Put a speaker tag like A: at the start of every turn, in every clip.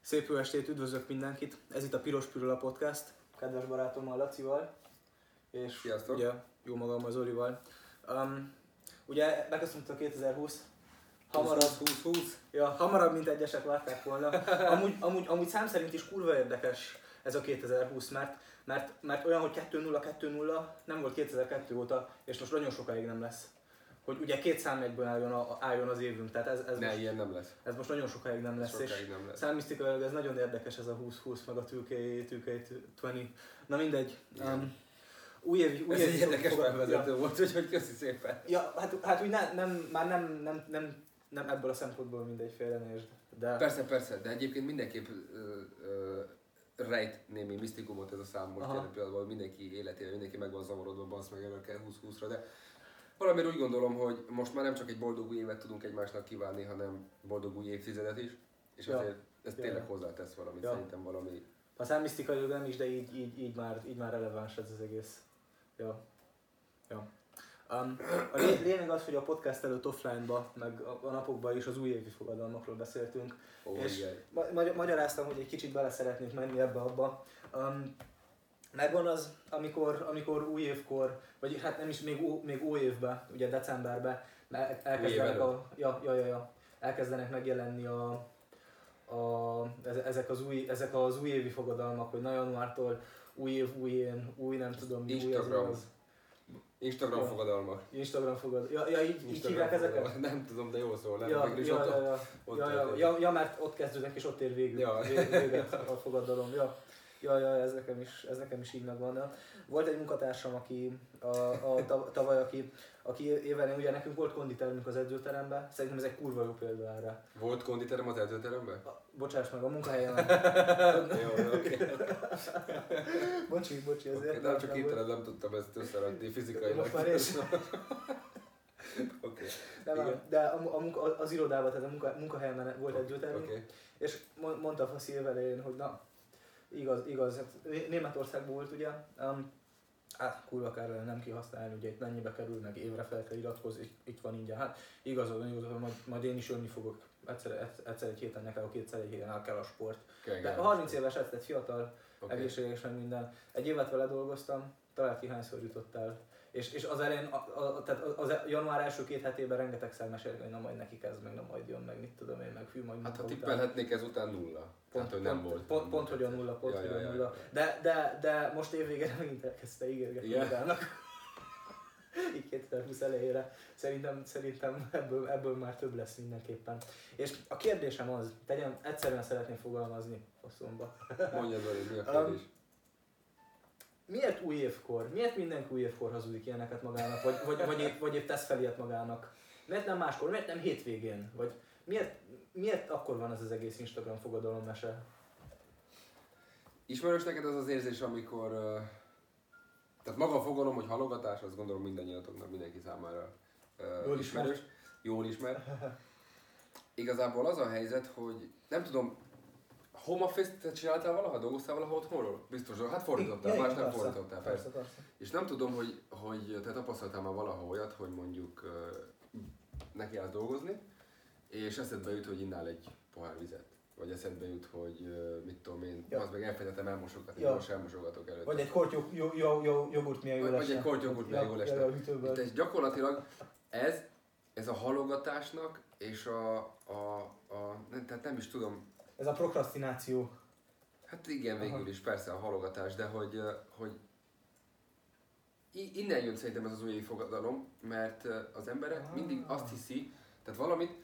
A: Szép jó estét, üdvözlök mindenkit! Ez itt a Piros Pirula Podcast, kedves barátommal Lacival, és
B: Sziasztok.
A: ugye jó magam az Olival. Um, ugye beköszönt a 2020, hamarabb,
B: 20-20.
A: ja, hamarabb, mint egyesek látták volna. Amúgy, amúgy, amúgy szám szerint is kurva érdekes ez a 2020, mert, mert, mert olyan, hogy 2-0-2-0 nem volt 2002 óta, és most nagyon sokáig nem lesz. Hogy ugye két szám egyből álljon, a, álljon az évünk, tehát ez, ez,
B: Ne,
A: most,
B: ilyen nem lesz.
A: ez most nagyon sokáig nem lesz. és,
B: Sokáig nem lesz.
A: Számisztikailag ez nagyon érdekes ez a 20-20 meg a 2K, 2K20. Na mindegy.
B: Igen.
A: Um, új év, új
B: Ez
A: év
B: egy érdekes
A: fogad-
B: felvezető volt, úgyhogy köszi szépen.
A: Ja, ja hát, hát úgy ne, nem, már nem, nem, nem, nem ebből a szempontból mindegy félrenézd. De
B: Persze, persze, de egyébként mindenképp ö, ö, rejt némi misztikumot ez a szám most
A: Aha.
B: jelen pillanatban mindenki életére, mindenki meg van zavarodva, basz meg erről kell 20-20-ra, de valamiért úgy gondolom, hogy most már nem csak egy boldog új évet tudunk egymásnak kívánni, hanem boldog új évtizedet is, és
A: Ja.
B: azért ez
A: Ja,
B: tényleg
A: ja.
B: hozzátesz valamit,
A: Ja.
B: szerintem valami.
A: a számisztikailag nem is, de így, így, így, már, így már releváns ez az egész. Ja. ja. Um, a lé- lényeg az, hogy a podcast előtt offline-ba, meg a, a napokban is az újévi fogadalmakról beszéltünk,
B: Ó,
A: És-
B: igen.
A: Ma- magy- magyaráztam, hogy egy kicsit bele szeretnék menni ebbe abba. Um, megvan az, amikor, amikor új évkor, vagy hát nem is még, ó, még új évben, ugye decemberben el- elkezdenek,
B: Új év
A: a, ja, ja, ja, ja, elkezdenek megjelenni a, a, eze- ezek, az új, ezek az újévi fogadalmak, hogy na januártól új év, új én, új nem tudom, mi, új az,
B: Instagram.
A: az.
B: Instagram
A: Ja.
B: fogadalmak.
A: Instagram fogad. Ja, ja így, így
B: Instagram
A: hívják ezeket?
B: fogadalmak. Nem tudom, de jól szól, nem?
A: Ja,
B: Végül
A: ja,
B: is
A: ja,
B: ott-
A: ja,
B: ott
A: ja, ja,
B: történik.
A: ja, ja, mert ott kezdődnek és ott ér végül,
B: Ja.
A: vé- véget a fogadalom. Ja. Ja, ja, ez nekem is, ez nekem is így megvan. Ja. Volt egy munkatársam, aki a, a tav- tavaly, aki, aki évelén, ugye nekünk volt konditermünk az edzőteremben, szerintem ez egy kurva jó példa erre.
B: Volt konditerem az edzőteremben?
A: A, bocsáss meg, a munkahelyemen.
B: Jó, jó, oké.
A: Bocsi, bocsi, ezért.
B: Oké, Nem csak
A: volt.
B: hirtelen nem tudtam ezt összerakni fizikailag.
A: Most már én sem.
B: Oké,
A: De,
B: Igen.
A: már, de a, a munka, az irodában, tehát a munka, munkahelyemen volt edzőtermünk,
B: oké.
A: És mo- mondta a faszi évelején, hogy na, igaz, igaz, hát Né- Németországban volt ugye, um, hát kurva kár lenne nem kihasználni, ugye itt mennyibe kerül, meg évre fel kell iratkozni, itt- itt van ingyen, hát igazad, igazad, majd, majd én is jönni fogok, egyszer, egyszer egy héten nekem, kétszer egy héten el kell a sport. De 30 éves lett, tehát fiatal, okay.
B: Oké.
A: egészséges meg minden. Egy évet vele dolgoztam, talált ki hányszor jutott el. És, és az elején, a, a, tehát az, az január első két hetében rengetegszer mesélt, hogy na majd neki kezd, meg na majd jön, meg mit tudom én, meg hű, majd
B: Hát ha
A: munka után.
B: tippelhetnék, ez után nulla.
A: Pont,
B: Pont, hogy nem
A: pont,
B: volt.
A: Pont, pont, hogy a nulla, pont,
B: Ja,
A: hogy
B: ja,
A: a
B: ja,
A: nulla.
B: ja.
A: De, de, de most évvégére megint elkezdte ígérgetni
B: Igen.
A: magának. Így 2020 elejére. Szerintem, szerintem ebből, ebből már több lesz mindenképpen. És a kérdésem az, tegyen, egyszerűen szeretném fogalmazni hosszomba.
B: Mondja Zoli, mi a
A: Um,
B: kérdés?
A: Miért új évkor? Miért mindenki új évkor hazudik ilyeneket magának? Vagy, vagy, vagy, épp, vagy épp tesz fel ilyet magának? Miért nem máskor? Miért nem hétvégén? Vagy miért, miért akkor van ez az egész Instagram fogadalom mese?
B: Ismerős neked az az érzés, amikor... ö, Tehát maga a fogalom, hogy halogatás, azt gondolom mindannyiatoknak, mindenki számára ö,
A: Jól ismer.
B: Jól ismer. Igazából az a helyzet, hogy nem tudom, home office csináltál valaha? Dolgoztál valaha otthonról? Biztos, hát fordítottál, más nem fordítottál, persze.
A: persze. persze.
B: És nem tudom, hogy, hogy te tapasztaltál már valahol olyat, hogy mondjuk uh, neki állsz dolgozni, és eszedbe jut, hogy innál egy pohár vizet. Vagy eszedbe jut, hogy uh, mit tudom én,
A: Ja.
B: ja. az meg elfelejtettem elmosogatni,
A: Ja.
B: ja. most elmosogatok előtt.
A: Vagy egy korty jog, jog, jog, jog, jogurt milyen jól
B: Vagy- vagy
A: esne.
B: egy korty jogurt milyen jól esne.
A: Ja, ja, hűtőből.
B: Itt ez gyakorlatilag ez, ez a halogatásnak, és a, a, a nem, tehát nem is tudom,
A: Ez a prokrastináció.
B: Hát igen,
A: Aha.
B: végül is persze a halogatás, de hogy, ö, hogy i- innen jön szerintem ez az új fogadalom, mert ö, az emberek
A: Ah.
B: mindig azt hiszi, tehát valamit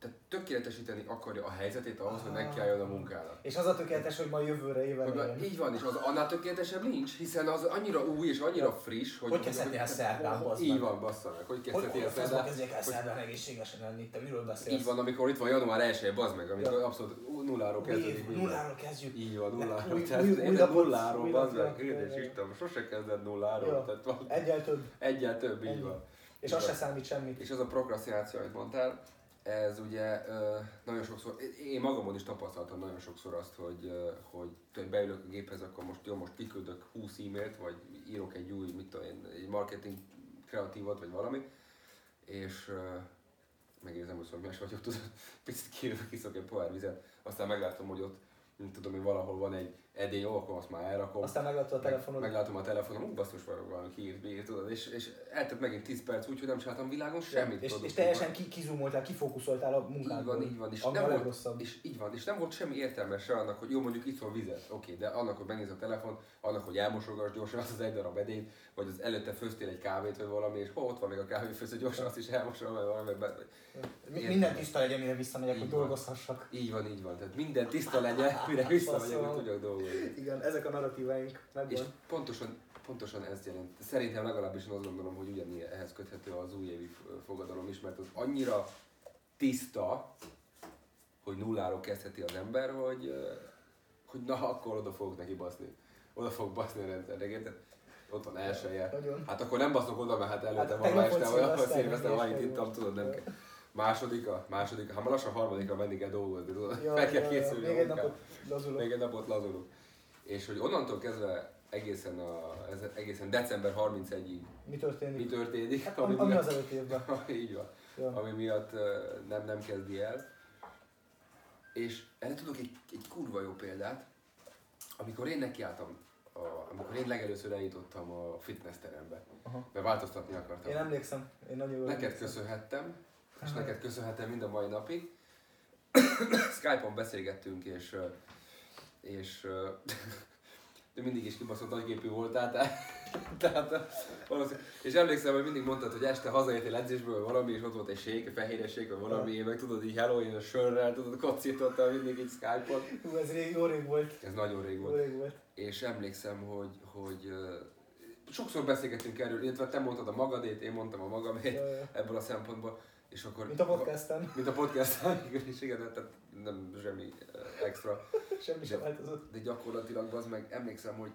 B: tehát tökéletesíteni akarja a helyzetét ahhoz, hogy
A: Ah.
B: nekiálljon a munkának.
A: És az a tökéletes, hogy ma jövőre
B: Hogy
A: évelején.
B: már- Így van, és az annál tökéletesebb nincs, hiszen az annyira új és annyira friss, hogy...
A: Hogy kezdhetnél el szerdán, bazd meg?
B: Így van, bassza meg, hogy
A: Hogy hogy
B: kezdhetél
A: a
B: el
A: faszba
B: szerdán.
A: kezdjék el
B: hogy-
A: szerdán egészségesen lenni? Te miről beszélsz?
B: Így van, amikor itt van január 1 bazd meg, amikor
A: Ja.
B: abszolút ú, nulláról
A: Új év,
B: kezdődik minden.
A: nulláról kezdjük.
B: Így van,
A: Ne, új-
B: nulláról.
A: új-
B: Tehát
A: új
B: érted,
A: lapot,
B: nulláról,
A: új
B: bazd meg,
A: lapot,
B: kérdés
A: ja, ja.
B: Istenem, sose kezded
A: Ja.
B: nulláról. Tehát van
A: Egyel több.
B: egyel több,
A: Ennyi.
B: így van.
A: És az
B: Így
A: se
B: van.
A: számít semmit.
B: És az a prokrastináció, amit mondtál, ez ugye ö, nagyon sokszor, én magamon is tapasztaltam nagyon sokszor azt, hogy, ö, hogy tudod, beülök a géphez, akkor most jó, most kiküldök 20 e-mailt, vagy írok egy új, mit tudom én, egy marketing kreatívot, vagy valami, és ö, megérzem, hogy szomjas vagyok, tudod, picit kijövök, iszok egy pohár vizet, aztán meglátom, hogy ott nem tudom, hogy valahol van egy edény, jó, akkor azt már elrakom.
A: Aztán meglátta a telefonod.
B: Meglátom a telefonon, ú, basszus vagyok valami hírt, bír, tudod, és, és eltett megint 10 perc úgy, hogy nem csináltam világon semmit.
A: és,
B: tudod,
A: és
B: hogy
A: teljesen ki, kizumoltál, kifókuszoltál a
B: így
A: munkádból.
B: van, így van, és
A: Ami
B: nem,
A: a
B: volt,
A: legrosszabb.
B: és így van, és nem volt semmi értelme se annak, hogy jó, mondjuk itt van vizet, oké, de annak, hogy megnéz a telefon, annak, hogy elmosogass gyorsan azt az egy darab edényt, vagy az előtte főztél egy kávét, vagy valami, és ho, ott van még a kávéfőző, gyorsan azt is elmosolom, vagy valami, mert
A: Mi,
B: Értem.
A: minden tiszta legyen, mire visszamegyek,
B: Így
A: hogy
B: van.
A: dolgozhassak.
B: így van, így van, tehát minden tiszta legyen, mire visszamegyek, hogy
A: Faszom.
B: tudjak dolgozni.
A: Igen, ezek a narratíváink
B: És
A: megvan.
B: pontosan, pontosan ez jelent. Szerintem legalábbis én azt gondolom, hogy ugyanilyen ehhez köthető az újévi f- fogadalom is, mert az annyira tiszta, hogy nulláról kezdheti az ember, hogy, ö, hogy na, akkor oda fogok neki baszni. Oda fogok baszni a rendszernek, érted? Ott van elsője.
A: Nagyon.
B: Hát akkor nem baszok oda, mert hát előtte
A: Hát
B: hát, valami
A: tegnap
B: este,
A: volt
B: vagy akkor
A: szilveszter,
B: szilveszter,
A: meg
B: valamit
A: ilyesmi
B: ittam,
A: volt.
B: tudod, nem kell. Másodika, másodika, ha már lassan harmadikra menni kell dolgozni, tudod,
A: Ja,
B: fel kell
A: ja, ja,
B: készülni.
A: Még egy
B: munkám.
A: napot lazulok.
B: Még egy napot lazulok. És hogy onnantól kezdve egészen, a, ez, egészen december 31-ig
A: Mi
B: mi
A: történik?
B: történik,
A: Hát,
B: ami,
A: ami, ami az
B: miatt,
A: előtt évben.
B: így van,
A: Ja.
B: ami miatt ö, nem, nem kezdi el. És erre tudok egy, egy kurva jó példát, amikor én nekiálltam, a, amikor én legelőször eljutottam a fitness terembe,
A: Aha.
B: mert változtatni akartam.
A: Én emlékszem, én nagyon jól
B: Neked
A: emlékszem.
B: köszönhettem, és neked köszönhetem mind a mai napig. Skype-on beszélgettünk, és, ö, és ö, de mindig is kibaszott nagygépű voltál, tehát, tehát ö, valószínű- és emlékszem, hogy mindig mondtad, hogy este hazaértél edzésből vagy valami, és ott volt egy sék, egy fehér sék, vagy valami, én meg tudod, így hello, én a sörrel, tudod, kocintottam mindig így Skype-on.
A: Hú, ez rég, jó rég volt.
B: Ez nagyon rég
A: Jó
B: volt
A: rég volt.
B: és emlékszem, hogy, hogy ö, sokszor beszélgettünk erről, illetve te mondtad a magadét, én mondtam a magamét
A: Ja, ja.
B: ebből a szempontból, és akkor...
A: Mint a podcasten,
B: Mint a podcast, igen, és igen, tehát nem semmi ö, extra.
A: semmi sem változott.
B: De gyakorlatilag az meg emlékszem, hogy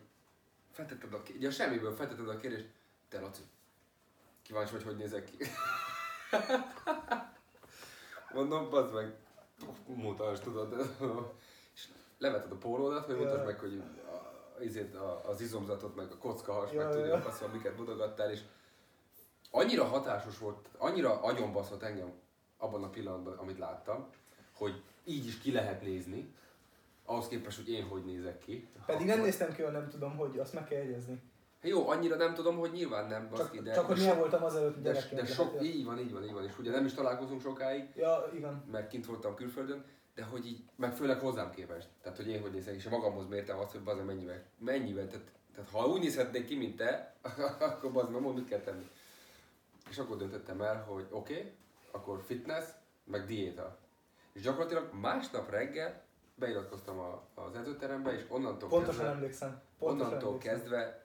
B: feltetted a kérdést, ugye a semmiből feltetted a kérdést, te Laci, kíváncsi vagy, hogy nézek ki. Mondom, bazd meg, mutasd, tudod. És leveted a pólódat, hogy
A: Ja.
B: mutasd meg, hogy a, izét, a, az izomzatot, meg a kocka has,
A: Ja,
B: meg
A: ja.
B: tudjuk azt, amiket mutogattál, és annyira hatásos volt, annyira agyonbaszott engem abban a pillanatban, amit láttam, hogy így is ki lehet nézni, ahhoz képest, hogy én hogy nézek ki.
A: Pedig
B: Akkor-
A: nem néztem ki, nem tudom, hogy azt meg kell jegyezni.
B: Jó, annyira nem tudom, hogy nyilván nem, baszki,
A: Csak,
B: de...
A: csak hogy
B: de
A: milyen voltam azelőtt
B: de, de,
A: gyerekként. hát-
B: de sok, így van, így van, így van, és ugye nem is találkozunk sokáig,
A: Ja, igen.
B: mert kint voltam külföldön, de hogy így, meg főleg hozzám képest. Tehát, hogy én hogy nézek, és én magamhoz mértem azt, hogy bazen mennyivel, mennyivel, tehát, tehát ha úgy nézhetnék ki, mint te, akkor bazen, nem mit kell tenni. És akkor döntöttem el, hogy oké, okay, akkor fitness, meg diéta. És gyakorlatilag másnap reggel beiratkoztam a, az edzőterembe, és onnantól
A: Pontosan
B: kezdve...
A: emlékszem. Pontosan
B: Onnantól
A: emlékszem.
B: kezdve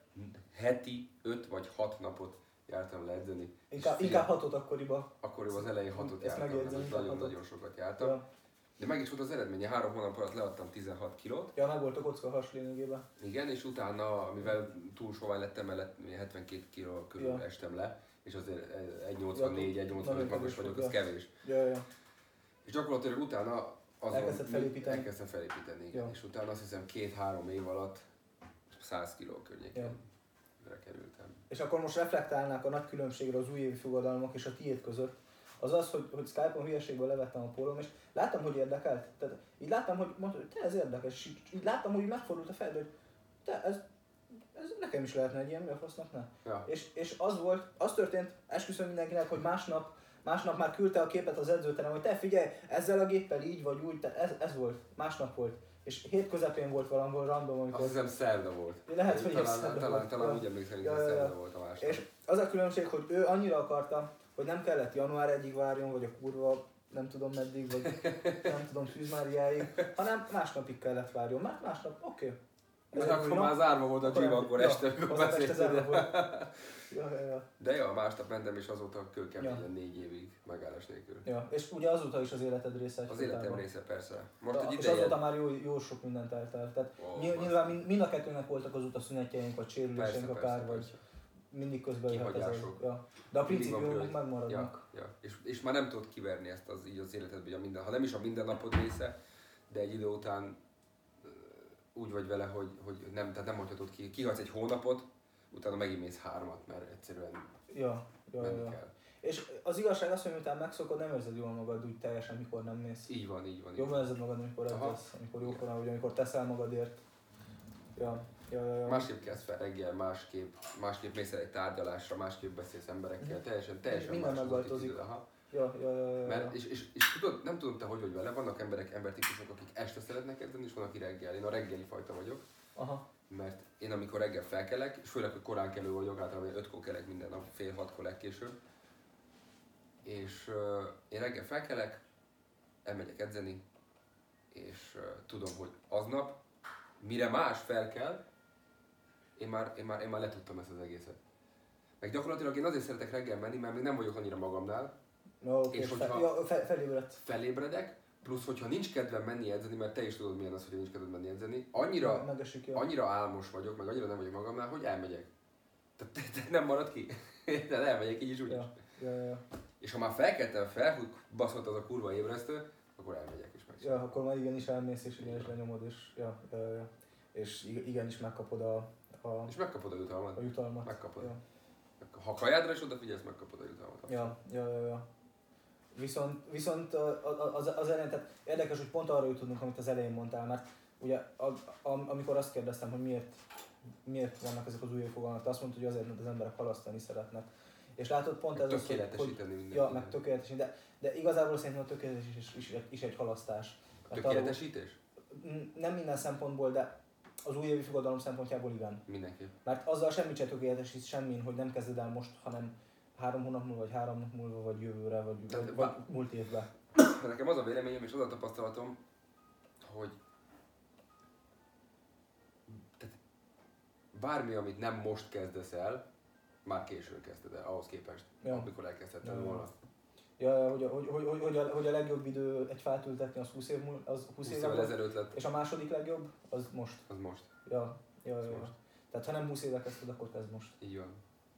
B: heti 5 vagy 6 napot jártam le edzeni.
A: Inkább,
B: És
A: inkább hatott akkoriba.
B: Akkoriban az elején 6-ot
A: Ezt
B: jártam,
A: megjegyzem, inkább
B: nagyon-nagyon sokat jártam.
A: Ja,
B: De meg is volt az eredménye, három hónap alatt leadtam 16 kilót.
A: ja meg volt a kocka has lényegében.
B: Igen, és utána, mivel túl sovány lettem, mellett 72 kiló körül
A: Ja.
B: estem le, és azért
A: Ja,
B: 1,84, 1,85
A: nagyon
B: magas
A: kevés
B: vagyok,
A: volt,
B: az
A: ja.
B: kevés.
A: Ja, ja.
B: És gyakorlatilag utána azon
A: Elkezdted felépíteni?
B: Elkezdtem felépíteni, igen.
A: Jó.
B: És utána azt hiszem két-három év alatt 100 kiló környékén kerültem.
A: És akkor most reflektálnák a nagy különbségre az újévi fogadalmak és a tiéd között. Az az, hogy, hogy Skype-on hülyeségből levettem a pólóm, és láttam, hogy érdekelt. Tehát így láttam, hogy mondta, hogy te ez érdekes. És így- így láttam, hogy megfordult a fejed, hogy te ez, ez nekem is lehetne egy ilyen, mi a fasznak ne?
B: Ja.
A: És, és az volt, az történt, esküszöm mindenkinek, hogy másnap, másnap már küldte a képet az edzőterem, hogy te figyelj, ezzel a géppel így vagy úgy, tehát ez, ez volt, másnap volt. És hét közepén volt valahol random, amikor...
B: Azt hiszem szerda volt.
A: Lehet, hogy
B: talán,
A: ez szerda
B: talán,
A: volt.
B: talán
A: Ja.
B: úgy emlékszem, hogy
A: Ja,
B: ez
A: ja, ja.
B: szerda volt a másik.
A: És az a különbség, hogy ő annyira akarta, hogy nem kellett január 1-ig várjon, vagy a kurva nem tudom meddig, vagy nem tudom Tűzmáriáig, hanem másnapig kellett várjon, mert másnap oké. Okay.
B: Mert hát akkor már zárva volt a gym, akkor este mikor
A: az este zárva volt.
B: beszéltünk.
A: Ja, ja, ja.
B: De jó, másnap mentem, és azóta kőkeményen
A: Ja.
B: négy évig megállás nélkül.
A: ja. És ugye azóta is az életed része.
B: Az
A: egyfajtában.
B: életem része persze. Most
A: Ja,
B: egy
A: és
B: ideje,
A: azóta már jó, jó sok mindent eltelt. Tehát
B: Ó,
A: ny- nyilván mind, mind a kettőnek voltak azóta szünetjeink, vagy
B: persze,
A: sérüléseink akár,
B: persze,
A: vagy
B: persze.
A: mindig közben jöhet ez. a-
B: Kihagyások.
A: Ja. De a
B: Mindig van
A: principiumok
B: prioritás.
A: megmaradnak.
B: Ja, ja. És, és már nem tudod kiverni ezt az, így az életedből, hogy a minden, ha nem is a mindennapod része, de egy idő után ö, úgy vagy vele, hogy, hogy nem, tehát nem hagyhatod ki. Kihagysz egy hónapot, utána megint mész hármat, mert egyszerűen
A: Ja, ja, ja,
B: menni
A: ja.
B: kell.
A: És az igazság az, hogy miután megszokod, nem érzed jól magad úgy teljesen, mikor nem mész.
B: Így van, így van. Így van.
A: Jobban érzed magad, amikor
B: Aha.
A: edzesz, amikor jókor vagy, amikor teszel magadért. Ja, ja, ja, ja.
B: Másképp kezd fel reggel, másképp, másképp mész el egy tárgyalásra, másképp beszélsz emberekkel, teljesen, teljesen
A: Mhm. Minden
B: más az
A: megváltozik.
B: attitűd, Aha.
A: ja, ja, ja, ja, ja.
B: Mert, és, és, és, tudod, nem tudom te hogy vagy vele, vannak emberek, embertípusok, akik este szeretnek edzeni, és van, aki reggel. Én a reggeli fajta vagyok,
A: Aha.
B: mert én amikor reggel felkelek, és főleg, hogy korán kelő vagyok, általában én ötkor kelek minden nap, fél hatkor legkésőbb, és uh, én reggel felkelek, elmegyek edzeni, és uh, tudom, hogy aznap, mire más felkel, én már, én már, én már letudtam ezt az egészet. Meg gyakorlatilag én azért szeretek reggel menni, mert még nem vagyok annyira magamnál,
A: No, oké,
B: És
A: fel,
B: hogyha-
A: ja, fel, felébredt.
B: felébredek, plusz hogyha nincs kedvem menni edzeni, mert te is tudod milyen az, hogy nincs kedved menni edzeni, annyira,
A: Megesik, ja.
B: annyira álmos vagyok, meg annyira nem vagyok magamnál, hogy elmegyek. Tehát te, te nem marad ki. De elmegyek így is úgy. is.
A: Ja, ja, ja, ja.
B: És ha már felkeltem fel, hogy baszott az a kurva ébresztő, akkor elmegyek is meg.
A: ja, akkor már igenis elmész, és igenis lenyomod, és, ja, ja, ja, ja. és ig- igenis megkapod a, a,
B: És megkapod a
A: a
B: jutalmat.
A: jutalmat.
B: Megkapod.
A: Ja.
B: Ha kajádra is odafigyelsz, megkapod a jutalmat.
A: Ja, ja, ja, ja. Viszont, viszont ö, a- az, az elején, tehát érdekes, hogy pont arra jutottunk, amit az elején mondtál, mert ugye a, a, amikor azt kérdeztem, hogy miért, miért vannak ezek az új fogalmak, te azt mondtad, hogy azért, mert az emberek halasztani szeretnek. És látod pont hát ez az, hogy, hogy
B: Tökéletesíteni mindent.
A: ja,
B: igen.
A: meg tökéletesíteni, de, de igazából szerintem a tökéletes is, is, is egy halasztás. Mert hát arról-
B: Tökéletesítés?
A: N- nem minden szempontból, de az újévi fogadalom szempontjából igen.
B: Mindenképp.
A: Mert azzal semmit sem tökéletesít semmin, hogy nem kezded el most, hanem három hónap múlva, vagy három nap múlva, vagy jövőre, vagy,
B: Tehát
A: vagy, vagy
B: bá-
A: múlt évben.
B: Nekem az a véleményem és az a tapasztalatom, hogy tehát bármi, amit nem most kezdesz el, már későn kezdted el, ahhoz képest,
A: Ja.
B: amikor elkezdted
A: Ja, ja.
B: volna.
A: Ja, hogy, a- hogy, hogy, hogy, hogy, a, hogy a legjobb idő egy fát ültetni, az 20 év múl, az 20,
B: 20
A: éve
B: évvel
A: volt,
B: ezelőtt lett,
A: és a második legjobb, az most.
B: az most.
A: Ja, ja,
B: Az
A: ja,
B: most.
A: ja. Tehát ha nem 20 éve kezdted, akkor kezd most.
B: Így van.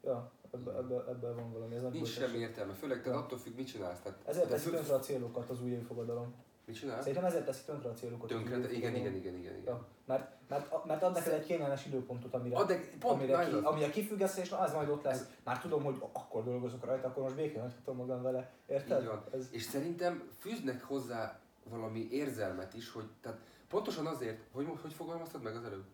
A: Ja, ebben ebbe, ebbe van valami, ez nem
B: Nincs
A: kultúrás.
B: semmi értelme, főleg te attól függ, mit csinálsz. Tehát,
A: Ezért
B: de
A: teszi
B: fő-
A: tönkre a célokat az újévi fogadalom.
B: Mit csinálsz?
A: Szerintem ezért teszi tönkre a célokat. az
B: Tönkre,
A: újévi
B: igen,
A: fogadalom.
B: igen, igen, igen. igen.
A: Ja, mert, mert, mert ad neked egy kényelmes időpontot, amire,
B: Ad egy- pont
A: amire,
B: már
A: ki,
B: az.
A: amire kifüggesztés, na ez majd ott lesz. Már tudom, hogy akkor dolgozok rajta, akkor most békén hagyhatom magam vele. Érted?
B: Így van.
A: Ez,
B: És szerintem fűznek hozzá valami érzelmet is, hogy tehát pontosan azért, hogy, hogy fogalmaztad meg az előbb?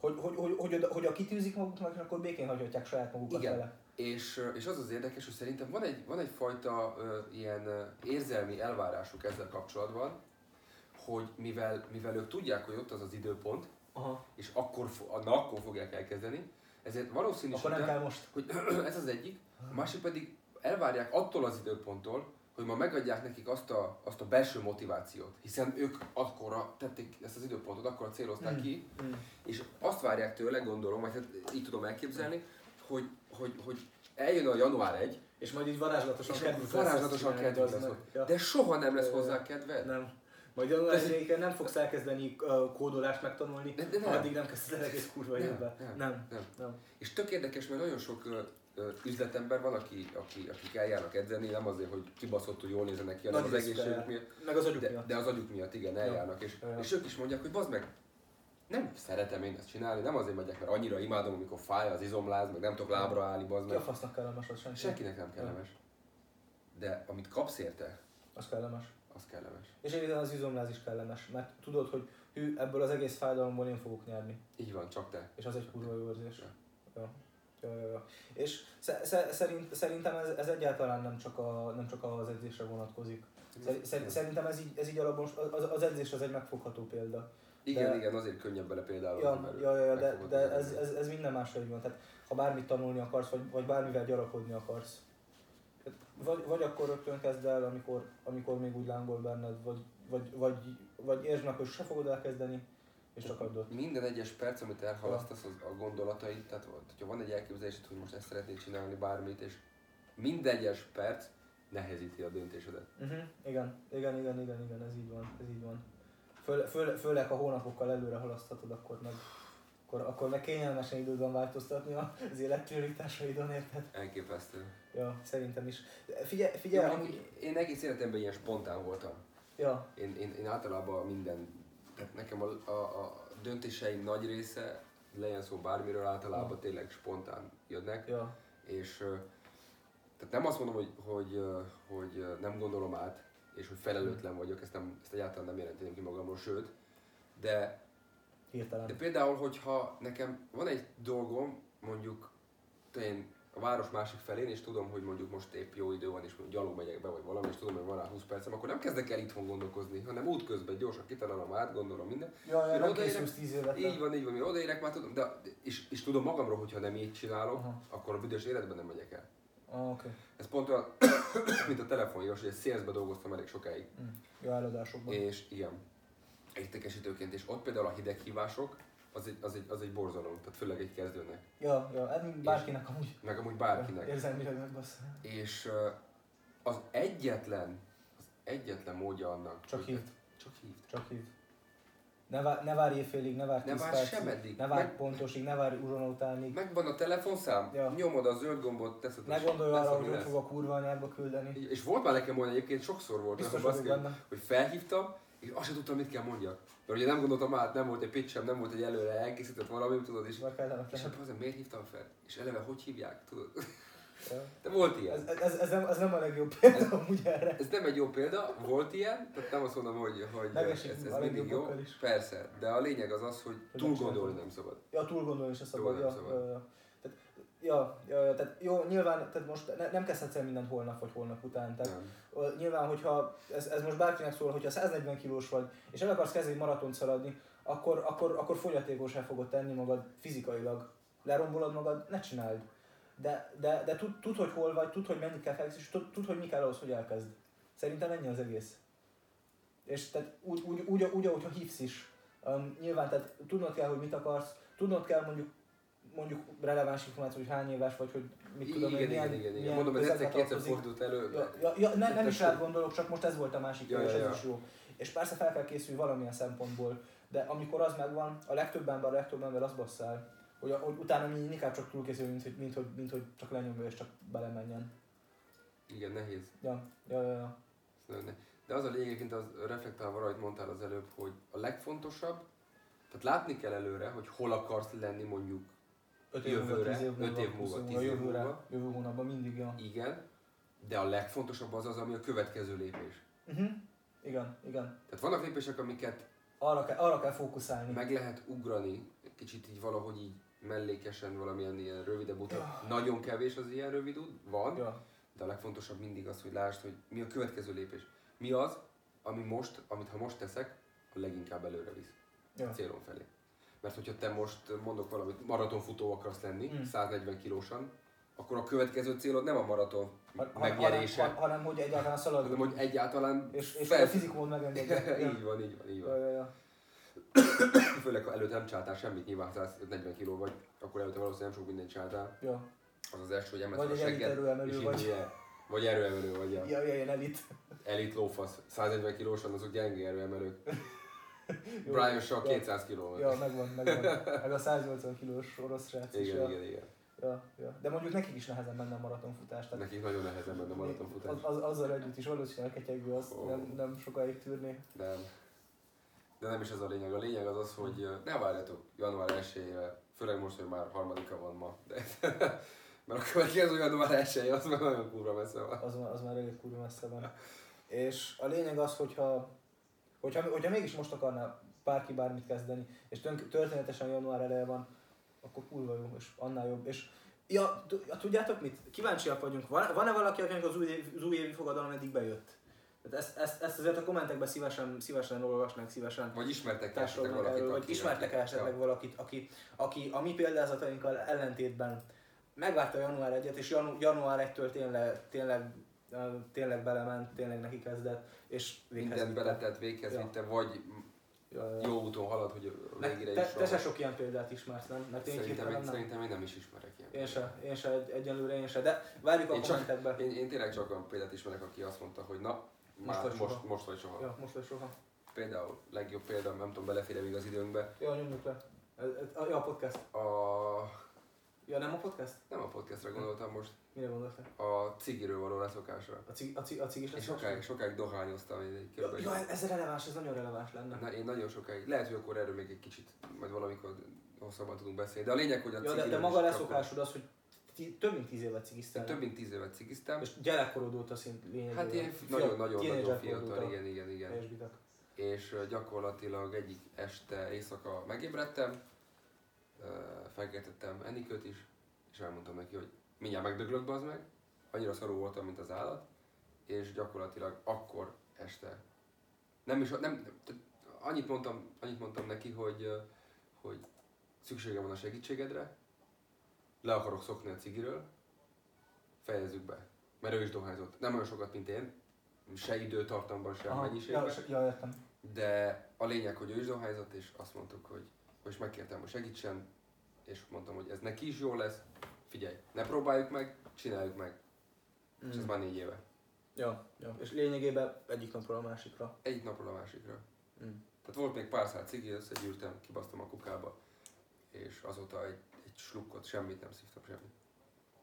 A: hogy, hogy, hogy, hogy, oda- hogy a kitűzik maguknak, és akkor békén hagyhatják saját magukat
B: Igen.
A: vele.
B: És, ö, és az az érdekes, hogy szerintem van, egy, van egyfajta ö, ilyen ö, érzelmi elvárásuk ezzel kapcsolatban, hogy mivel, mivel ők tudják, hogy ott az az időpont,
A: Aha.
B: és akkor, fo- na, akkor fogják elkezdeni, ezért
A: Akkor nem
B: valószínűsítem,
A: kell most.
B: hogy ez az egyik, a másik pedig elvárják attól az időponttól, hogy ma megadják nekik azt a, azt a belső motivációt, hiszen ők akkora tették ezt az időpontot, akkora célozták
A: Mm.
B: ki,
A: Mm.
B: és azt várják tőle, gondolom, vagy hát így tudom elképzelni, hogy, hogy, hogy eljön a január 1,
A: És majd így varázslatosan
B: és akkor varázslatosan kedvünk lesz hozzá. De soha nem lesz hozzá kedved.
A: Nem. Majd január 1 nem fogsz elkezdeni ö, kódolást megtanulni,
B: De- de nem.
A: addig nem kezded el egész kurva
B: Nem,
A: évben.
B: nem,
A: nem.
B: nem.
A: nem.
B: És tök érdekes, mert nagyon sok ö, ö, üzletember van, aki, aki, akik eljárnak edzeni, nem azért, hogy kibaszottul jól nézenek ki, hanem
A: Nagy
B: az
A: riszkkel
B: egészségük
A: jár.
B: miatt,
A: Meg az agyuk
B: de,
A: miatt.
B: de az agyuk miatt, igen, eljárnak. És,
A: Ja.
B: és ők is mondják, hogy bazd meg, nem szeretem én ezt csinálni, nem azért megyek, mert annyira imádom, amikor fáj az izomláz, meg nem tudok lábra állni, bazd
A: Ki a
B: meg.
A: fasznak kellemes az senki?
B: Senkinek nem kellemes. De amit kapsz érte,
A: Az kellemes.
B: az kellemes.
A: És egyébként az izomláz is kellemes, mert tudod, hogy hű, ebből az egész fájdalomból én fogok nyerni.
B: Így van, csak te.
A: És az egy kurva jó érzés.
B: Ja.
A: Ja. Ja, ja, ja. És sze- sze- szerint, szerintem ez, ez egyáltalán nem csak, a, nem csak az edzésre vonatkozik. Szer- szer- szerintem ez így, ez így alapos, az, az edzés az egy megfogható példa.
B: igen,
A: de-
B: igen, azért könnyebb bele például.
A: Ja, ja, ja, ja de, de ez, ez, ez minden másra így van. Tehát, ha bármit tanulni akarsz, vagy, vagy bármivel gyarapodni akarsz, tehát vagy, vagy akkor rögtön kezd el, amikor, amikor még úgy lángol benned, vagy, vagy, vagy, vagy értsd meg, hogy se fogod elkezdeni, és csak hagyd ott.
B: Minden egyes perc, amit elhalasztasz, az a gondolataid, tehát hogyha van egy elképzelésed, hogy most ezt szeretnéd csinálni bármit, és minden egyes perc nehezíti a döntésedet.
A: Uh-huh. Igen, igen, igen, igen, igen, ez így van, ez így van. Föl, föl, főleg, ha hónapokkal előre halaszthatod, akkor meg, akkor, akkor meg kényelmesen időd van változtatni az életprioritásaidon, érted?
B: Elképesztő.
A: Ja, szerintem is. Figyelj,
B: Jó,
A: figyelj, amúgy...
B: mondjuk én egész életemben ilyen spontán voltam.
A: Ja,
B: Én, én, én általában minden, tehát nekem a, a, a döntéseim nagy része,
A: Mm.
B: legyen szó bármiről, általában tényleg spontán jönnek.
A: ja.
B: és ö, Tehát nem azt mondom, hogy, hogy, ö, hogy ö, nem gondolom át, és hogy felelőtlen vagyok, ezt, nem, ezt egyáltalán nem jelenteném ki magamról, sőt, de de
A: Hirtelen.
B: például, hogyha nekem van egy dolgom, mondjuk én a város másik felén, és tudom, hogy mondjuk most épp jó idő van, és mondjuk gyalog megyek be, vagy valami, és tudom, hogy van rá 20 percem, akkor nem kezdek el itthon gondolkozni, hanem útközben gyorsan kitalálom, átgondolom mindent.
A: Jaj, jaj,
B: Mire
A: nem
B: odaérek-
A: készülsz tíz évet.
B: Így van, így van, mi odaérek, már tudom, de, és, és tudom magamról, hogyha nem így csinálok,
A: Aha.
B: akkor a büdös életben nem megyek el.
A: Ah, oké.
B: Ez pont olyan, mint a telefonírós, hogy egy szélszbe dolgoztam elég sokáig.
A: Mm. Jó eladásokban.
B: És igen, értékesítőként, és ott például a hideghívások, az egy, az egy, az egy borzalom, tehát főleg egy kezdőnek.
A: Ja, ja, hát mind- bárkinek amúgy.
B: meg amúgy bárkinek.
A: Érzelmileg megbasz.
B: És ö, az egyetlen, az egyetlen módja annak,
A: Csak
B: hogy-
A: hívd.
B: Csak hívd.
A: Csak hívd. Ne, vár, ne várj éjfélig, ne várj
B: Ne
A: 10
B: várj
A: percig,
B: sem eddig.
A: ne várj
B: Meg-
A: pontosig, ne várj uron utánig.
B: Megvan a telefonszám,
A: Ja.
B: nyomod a zöld gombot, teszed
A: Ne
B: és
A: gondolj
B: lesz,
A: arra,
B: ami
A: hogy ott
B: lesz.
A: fog a kurva anyádba küldeni.
B: És volt már nekem olyan egyébként, sokszor volt,
A: Biztos
B: ahol
A: vagyok
B: baszki,
A: benne.
B: hogy felhívtam, és azt sem tudtam, mit kell mondjak. Mert ugye nem gondoltam át, nem volt egy pitchem, nem volt egy előre elkészített valami, tudod, és
A: Zsarkáltanak
B: és
A: lehet.
B: abban azért miért hívtam fel? És eleve hogy hívják, tudod?
A: Ja.
B: De volt ilyen.
A: Ez, ez, ez, nem, ez nem a legjobb példa amúgy erre.
B: Ez nem egy jó példa, volt ilyen, tehát nem azt mondom, hogy, hogy ez,
A: Megesik
B: ez
A: a
B: mindig jó.
A: legjobbakkal is.
B: Persze, de a lényeg az az, hogy túl gondolni nem szabad.
A: Ja, túl gondolni is a szabad.
B: nem
A: Ja,
B: szabad.
A: ja, ja. Tehát, ja, ja, ja, tehát jó, nyilván tehát most ne, nem kezdhetsz el mindent holnap vagy holnap után. Tehát
B: Nem.
A: Ö, nyilván, hogyha ez, ez most bárkinek szól, hogyha 140 kilós vagy, és el akarsz kezdeni maratont szaladni, akkor, akkor, akkor fogyatékosá fogod tenni magad fizikailag. Lerombolod magad, ne csináld. De, de, de tud, tud, hogy hol vagy, tud, hogy mennyit kell feksz, és tud, tud, hogy mi kell ahhoz, hogy elkezd. Szerintem ennyi az egész. És tehát úgy, úgy, úgy, úgy ahogy ha hívsz is. Um, nyilván, tehát tudnod kell, hogy mit akarsz, tudnod kell mondjuk mondjuk releváns információ, hogy hány éves vagy, hogy mit
B: Igen,
A: tudom, én,
B: igen,
A: milyen-
B: igen, igen, igen.
A: milyen
B: Mondom, ez
A: közegbe
B: egyszer-kétszer
A: tartozik.
B: fordult elő.
A: Ja,
B: de-
A: ja, ja ne, nem
B: Tehát
A: is
B: sok-
A: rád gondolok, csak most ez volt a másik
B: Ja,
A: ja, és
B: ja,
A: ez
B: ja.
A: is jó. És persze fel kell készülni valamilyen szempontból, de amikor az megvan, a legtöbb ember, a legtöbb ember azt basszál, hogy, a- hogy utána mi inkább csak túlkészül, mint hogy, mint hogy, mint hogy csak lenyomja és csak belemenjen.
B: Igen, nehéz.
A: Ja, ja, ja, ja.
B: Ez nagyon ne- De az a lényeg, mint az reflektálva rajt mondtál az előbb, hogy a legfontosabb, tehát látni kell előre, hogy hol akarsz lenni mondjuk.
A: Öt év múlva,
B: Jövőre,
A: tíz év múlva,
B: öt év
A: húsz
B: múlva,
A: év
B: tíz év
A: jövőre,
B: múlva.
A: jövő hónapban mindig, ja.
B: Igen, de a legfontosabb az az, ami a következő lépés.
A: Uh-huh. Igen, igen.
B: Tehát vannak lépések, amiket
A: Arra, kell, arra kell fókuszálni.
B: meg lehet ugrani, kicsit így valahogy így mellékesen valamilyen ilyen rövidebb utat. Nagyon kevés az ilyen rövid út, van,
A: Ja.
B: de a legfontosabb mindig az, hogy lásd, hogy mi a következő lépés. Mi az, ami most, amit ha most teszek, a leginkább előre visz,
A: Ja.
B: célom felé. Mert hogyha te most mondok valamit, maratonfutó akarsz lenni,
A: Mm.
B: 140 kilósan, akkor a következő célod nem a maraton
A: Ha- ha-
B: megnyerése,
A: hanem- ha- Hanem, hogy egyáltalán
B: hanem
A: szalad,
B: hogy egyáltalán
A: és, és a
B: fel-
A: fizikumon megengedje. Ja.
B: így van, így van, így van.
A: Ja, ja, ja.
B: Főleg, ha előtt nem csináltál semmit, nyilván 140 kiló vagy, akkor előtte valószínűleg nem sok mindent csináltál.
A: ja.
B: Az az első, hogy emelsz
A: Vagy
B: a
A: egy elit
B: segged,
A: erőemelő
B: és
A: vagy.
B: Így, ilyen- vagy erőemelő vagy, ja.
A: Ja, ja, ja, elit.
B: Elit lófasz, 140 kilósan, azok gyenge erőemelők.
A: Jó.
B: Brian Shaw
A: Ja.
B: 200 kiló van.
A: Ja, megvan, megvan. Meg a 180 kilós orosz srác is.
B: igen,
A: ja.
B: igen, igen.
A: Ja, ja. De mondjuk nekik is nehezen menne a maratonfutás. Tehát
B: Nekik nagyon nehezen menne a maratonfutás.
A: az, az, azzal együtt is valószínűleg ketyegő, azt
B: Ó.
A: nem, nem sokáig tűrné.
B: De, de nem is ez a lényeg. A lényeg az az, hogy ö, ne várjatok január 1-ére, főleg most, hogy már harmadika van ma. De, mert a következő január 1 az már nagyon kurva messze van.
A: Az, már- az már elég kurva messze van. És a lényeg az, hogyha, hogyha, hogyha mégis most akarná bárki bármit kezdeni, és tönk, történetesen január eleje van, akkor kurva jó, és annál jobb. És ja, tu- ja tudjátok mit? Kíváncsiak vagyunk. Van, van-e valaki, akinek az új, év- az új évi fogadalom eddig bejött? Tehát ezt, ezt, ezt azért a kommentekben szívesen, szívesen olvasnánk, szívesen
B: Vagy ismertek esetleg
A: társadalom
B: valakit,
A: erről, vagy
B: aki-
A: ismertek el
B: aki-
A: esetleg valakit, aki, aki a mi példázatainkkal ellentétben megvárta január 1-et, és janu- január 1-től tényleg, tényleg, ö, tényleg belement, tényleg neki kezdett, és véghez
B: mindent
A: vitte.
B: beletett, véghez
A: Ja.
B: vitte, vagy
A: Ja, ja, ja.
B: jó úton halad, hogy a
A: Ne-
B: végére
A: te,
B: is
A: te se
B: rohan.
A: sok ilyen példát ismersz, nem? Mert én
B: Szerintem, én,
A: hirtelen nem.
B: szerintem én nem is ismerek ilyen.
A: Én se, én se, egy, egyenlőre én se, de várjuk a
B: Én csak-
A: kommentekbe.
B: Én, én tényleg csak olyan példát ismerek, aki azt mondta, hogy na, már
A: vagy
B: most, most,
A: soha.
B: most vagy soha.
A: Ja, most vagy soha.
B: Például, legjobb példa, nem tudom, belefér még az időnkbe.
A: Ja, nyomjuk le. Ez- ez- Ja, a podcast.
B: A...
A: Ja, nem a podcast?
B: Nem a podcastra gondoltam most,
A: Mire gondoltál?
B: a cigiről való leszokásra.
A: A cig, a cig, a cig is
B: Én
A: lesz?
B: sokáig, sokáig dohányoztam, én egy
A: Ja,
B: körülbelül.
A: ja, ez releváns, ez nagyon releváns lenne.
B: Na, én nagyon sokáig, lehet, hogy akkor erről még egy kicsit, majd valamikor hosszabban tudunk beszélni, de a lényeg, hogy a
A: Ja, de
B: cigiről
A: te
B: is
A: maga
B: csak-
A: leszokásod az, hogy ti, több mint 10 évet
B: Én
A: cigiztál.
B: több mint 10 évet cigiztem.
A: És gyerekkorod óta szint lényegében.
B: Hát ilyen
A: Fia-
B: nagyon-nagyon-nagyon
A: tínédzserkorod
B: fiatal,
A: óta
B: igen, igen, igen.
A: lesbitek.
B: és ö, gyakorlatilag egyik este éjszaka megébredtem, ö, felkeltettem Enikőt is, és elmondtam neki, hogy mindjárt megdöglök az meg, annyira szarú voltam, mint az állat, és gyakorlatilag akkor este, nem is, nem, tehát annyit mondtam, annyit mondtam neki, hogy, ö, hogy szüksége van a segítségedre, le akarok szokni a cigiről, fejezzük be. Mert ő is dohányzott. Nem olyan sokat, mint én, se időtartamban, se
A: Aha,
B: mennyiségben.
A: ja, s- ja, értem.
B: De a lényeg, hogy ő is dohányzott, és azt mondtuk, hogy most megkértem, hogy segítsen, és mondtam, hogy ez neki is jó lesz, figyelj, ne próbáljuk meg, csináljuk meg. Mm. És ez
A: Mm.
B: már négy éve.
A: Ja, ja, és lényegében egyik napról a másikra.
B: Egyik napról a másikra.
A: Mm.
B: Tehát volt még pár száz cigi, összegyűrtem, kibasztam a kukába, és azóta egy, egy slukkot, semmit nem szívtam, semmit.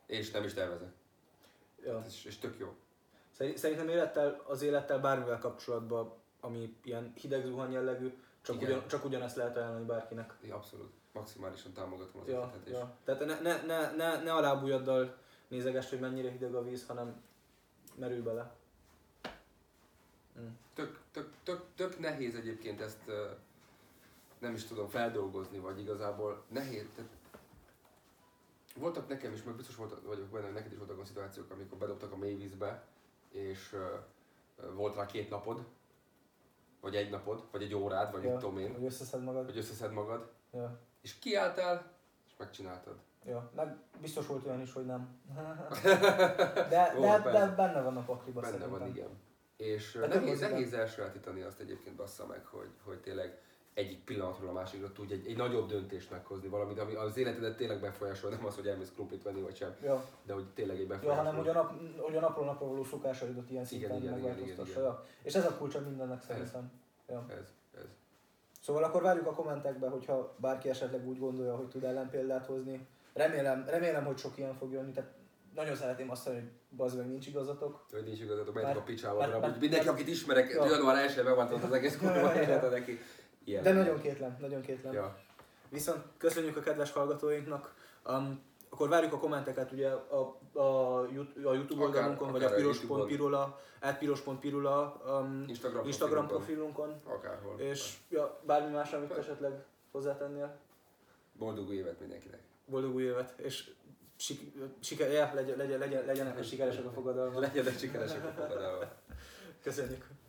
B: És nem is tervezek.
A: Ja.
B: És, és tök jó.
A: Szeri- Szerintem élettel, az élettel bármivel kapcsolatban, ami ilyen hideg zuhany jellegű, csak,
B: Igen.
A: ugyan, csak ugyanezt lehet ajánlani bárkinek.
B: Én abszolút maximálisan támogatom az
A: Ja,
B: ötletet, és
A: ja. Tehát ne, ne, ne, ne, ne alábújaddal nézeges, hogy mennyire hideg a víz, hanem merül bele. Mm.
B: tök, tök, tök, tök nehéz egyébként ezt ö, nem is tudom feldolgozni, vagy igazából nehéz. Tehát voltak nekem is, meg biztos volt, vagyok benne, hogy neked is voltak olyan szituációk, amikor bedobtak a mélyvízbe, és ö, ö, volt rá két napod, vagy egy napod, vagy egy órád, vagy
A: ja,
B: mit tudom én,
A: Hogy összeszed magad.
B: hogy összeszed magad,
A: Ja,
B: és kiálltál, és megcsináltad.
A: ja. Meg biztos volt olyan is, hogy nem. De,
B: Ó,
A: de, de
B: persze.
A: benne van a pakliba
B: Benne
A: szerintem.
B: van, igen. És
A: Hát
B: hát
A: nem
B: nehéz,
A: az
B: nehéz elsajátítani azt egyébként bassza meg, hogy, hogy tényleg egyik pillanatról a másikra tudj egy, egy nagyobb döntést meghozni, valamit, ami az életedet tényleg befolyásol, nem az, hogy elmész krumplit venni, vagy sem,
A: Ja.
B: de hogy tényleg egy
A: Ja,
B: befolyásol.
A: hanem hogy a, nap, hogy a napról napra való szokásaidat ilyen
B: Igen,
A: szinten
B: igen, igen,
A: megváltoztassa.
B: igen, igen.
A: Ja. És ez a kulcsa mindennek szerintem. Ja.
B: Ez, ez.
A: Szóval akkor várjuk a kommentekbe, hogyha bárki esetleg úgy gondolja, hogy tud ellenpéldát hozni. Remélem, remélem, hogy sok ilyen fog jönni, tehát nagyon szeretném azt mondani, hogy bazd meg, nincs igazatok.
B: Hogy nincs igazatok, menjetek a
A: Már-
B: picsába,
A: már-
B: mert
A: már-
B: amúgy mindenki, akit ismerek,
A: Ja.
B: január 1-ben megváltozott az egész kurva
A: Ja.
B: élete neki. Ilyen.
A: De nagyon kétlem, nagyon kétlem.
B: Ja.
A: Viszont köszönjük a kedves hallgatóinknak. Um, akkor várjuk a kommenteket ugye a, a, Yout- a YouTube
B: Akár-
A: oldalunkon, vagy a
B: akár a YouTube-on.
A: piros.pirula, @piros.pirula um,
B: Instagram,
A: Instagram
B: profilunkon.
A: profilunkon,
B: Akárhol.
A: és ja, bármi más, amit esetleg hozzátennél.
B: Boldog új évet mindenkinek.
A: Boldog új évet, és sik, siker, ja, legyen, legyen, legyen, legyenek a sikeresek a fogadalmak.
B: Legyenek sikeresek a fogadalmak.
A: Köszönjük!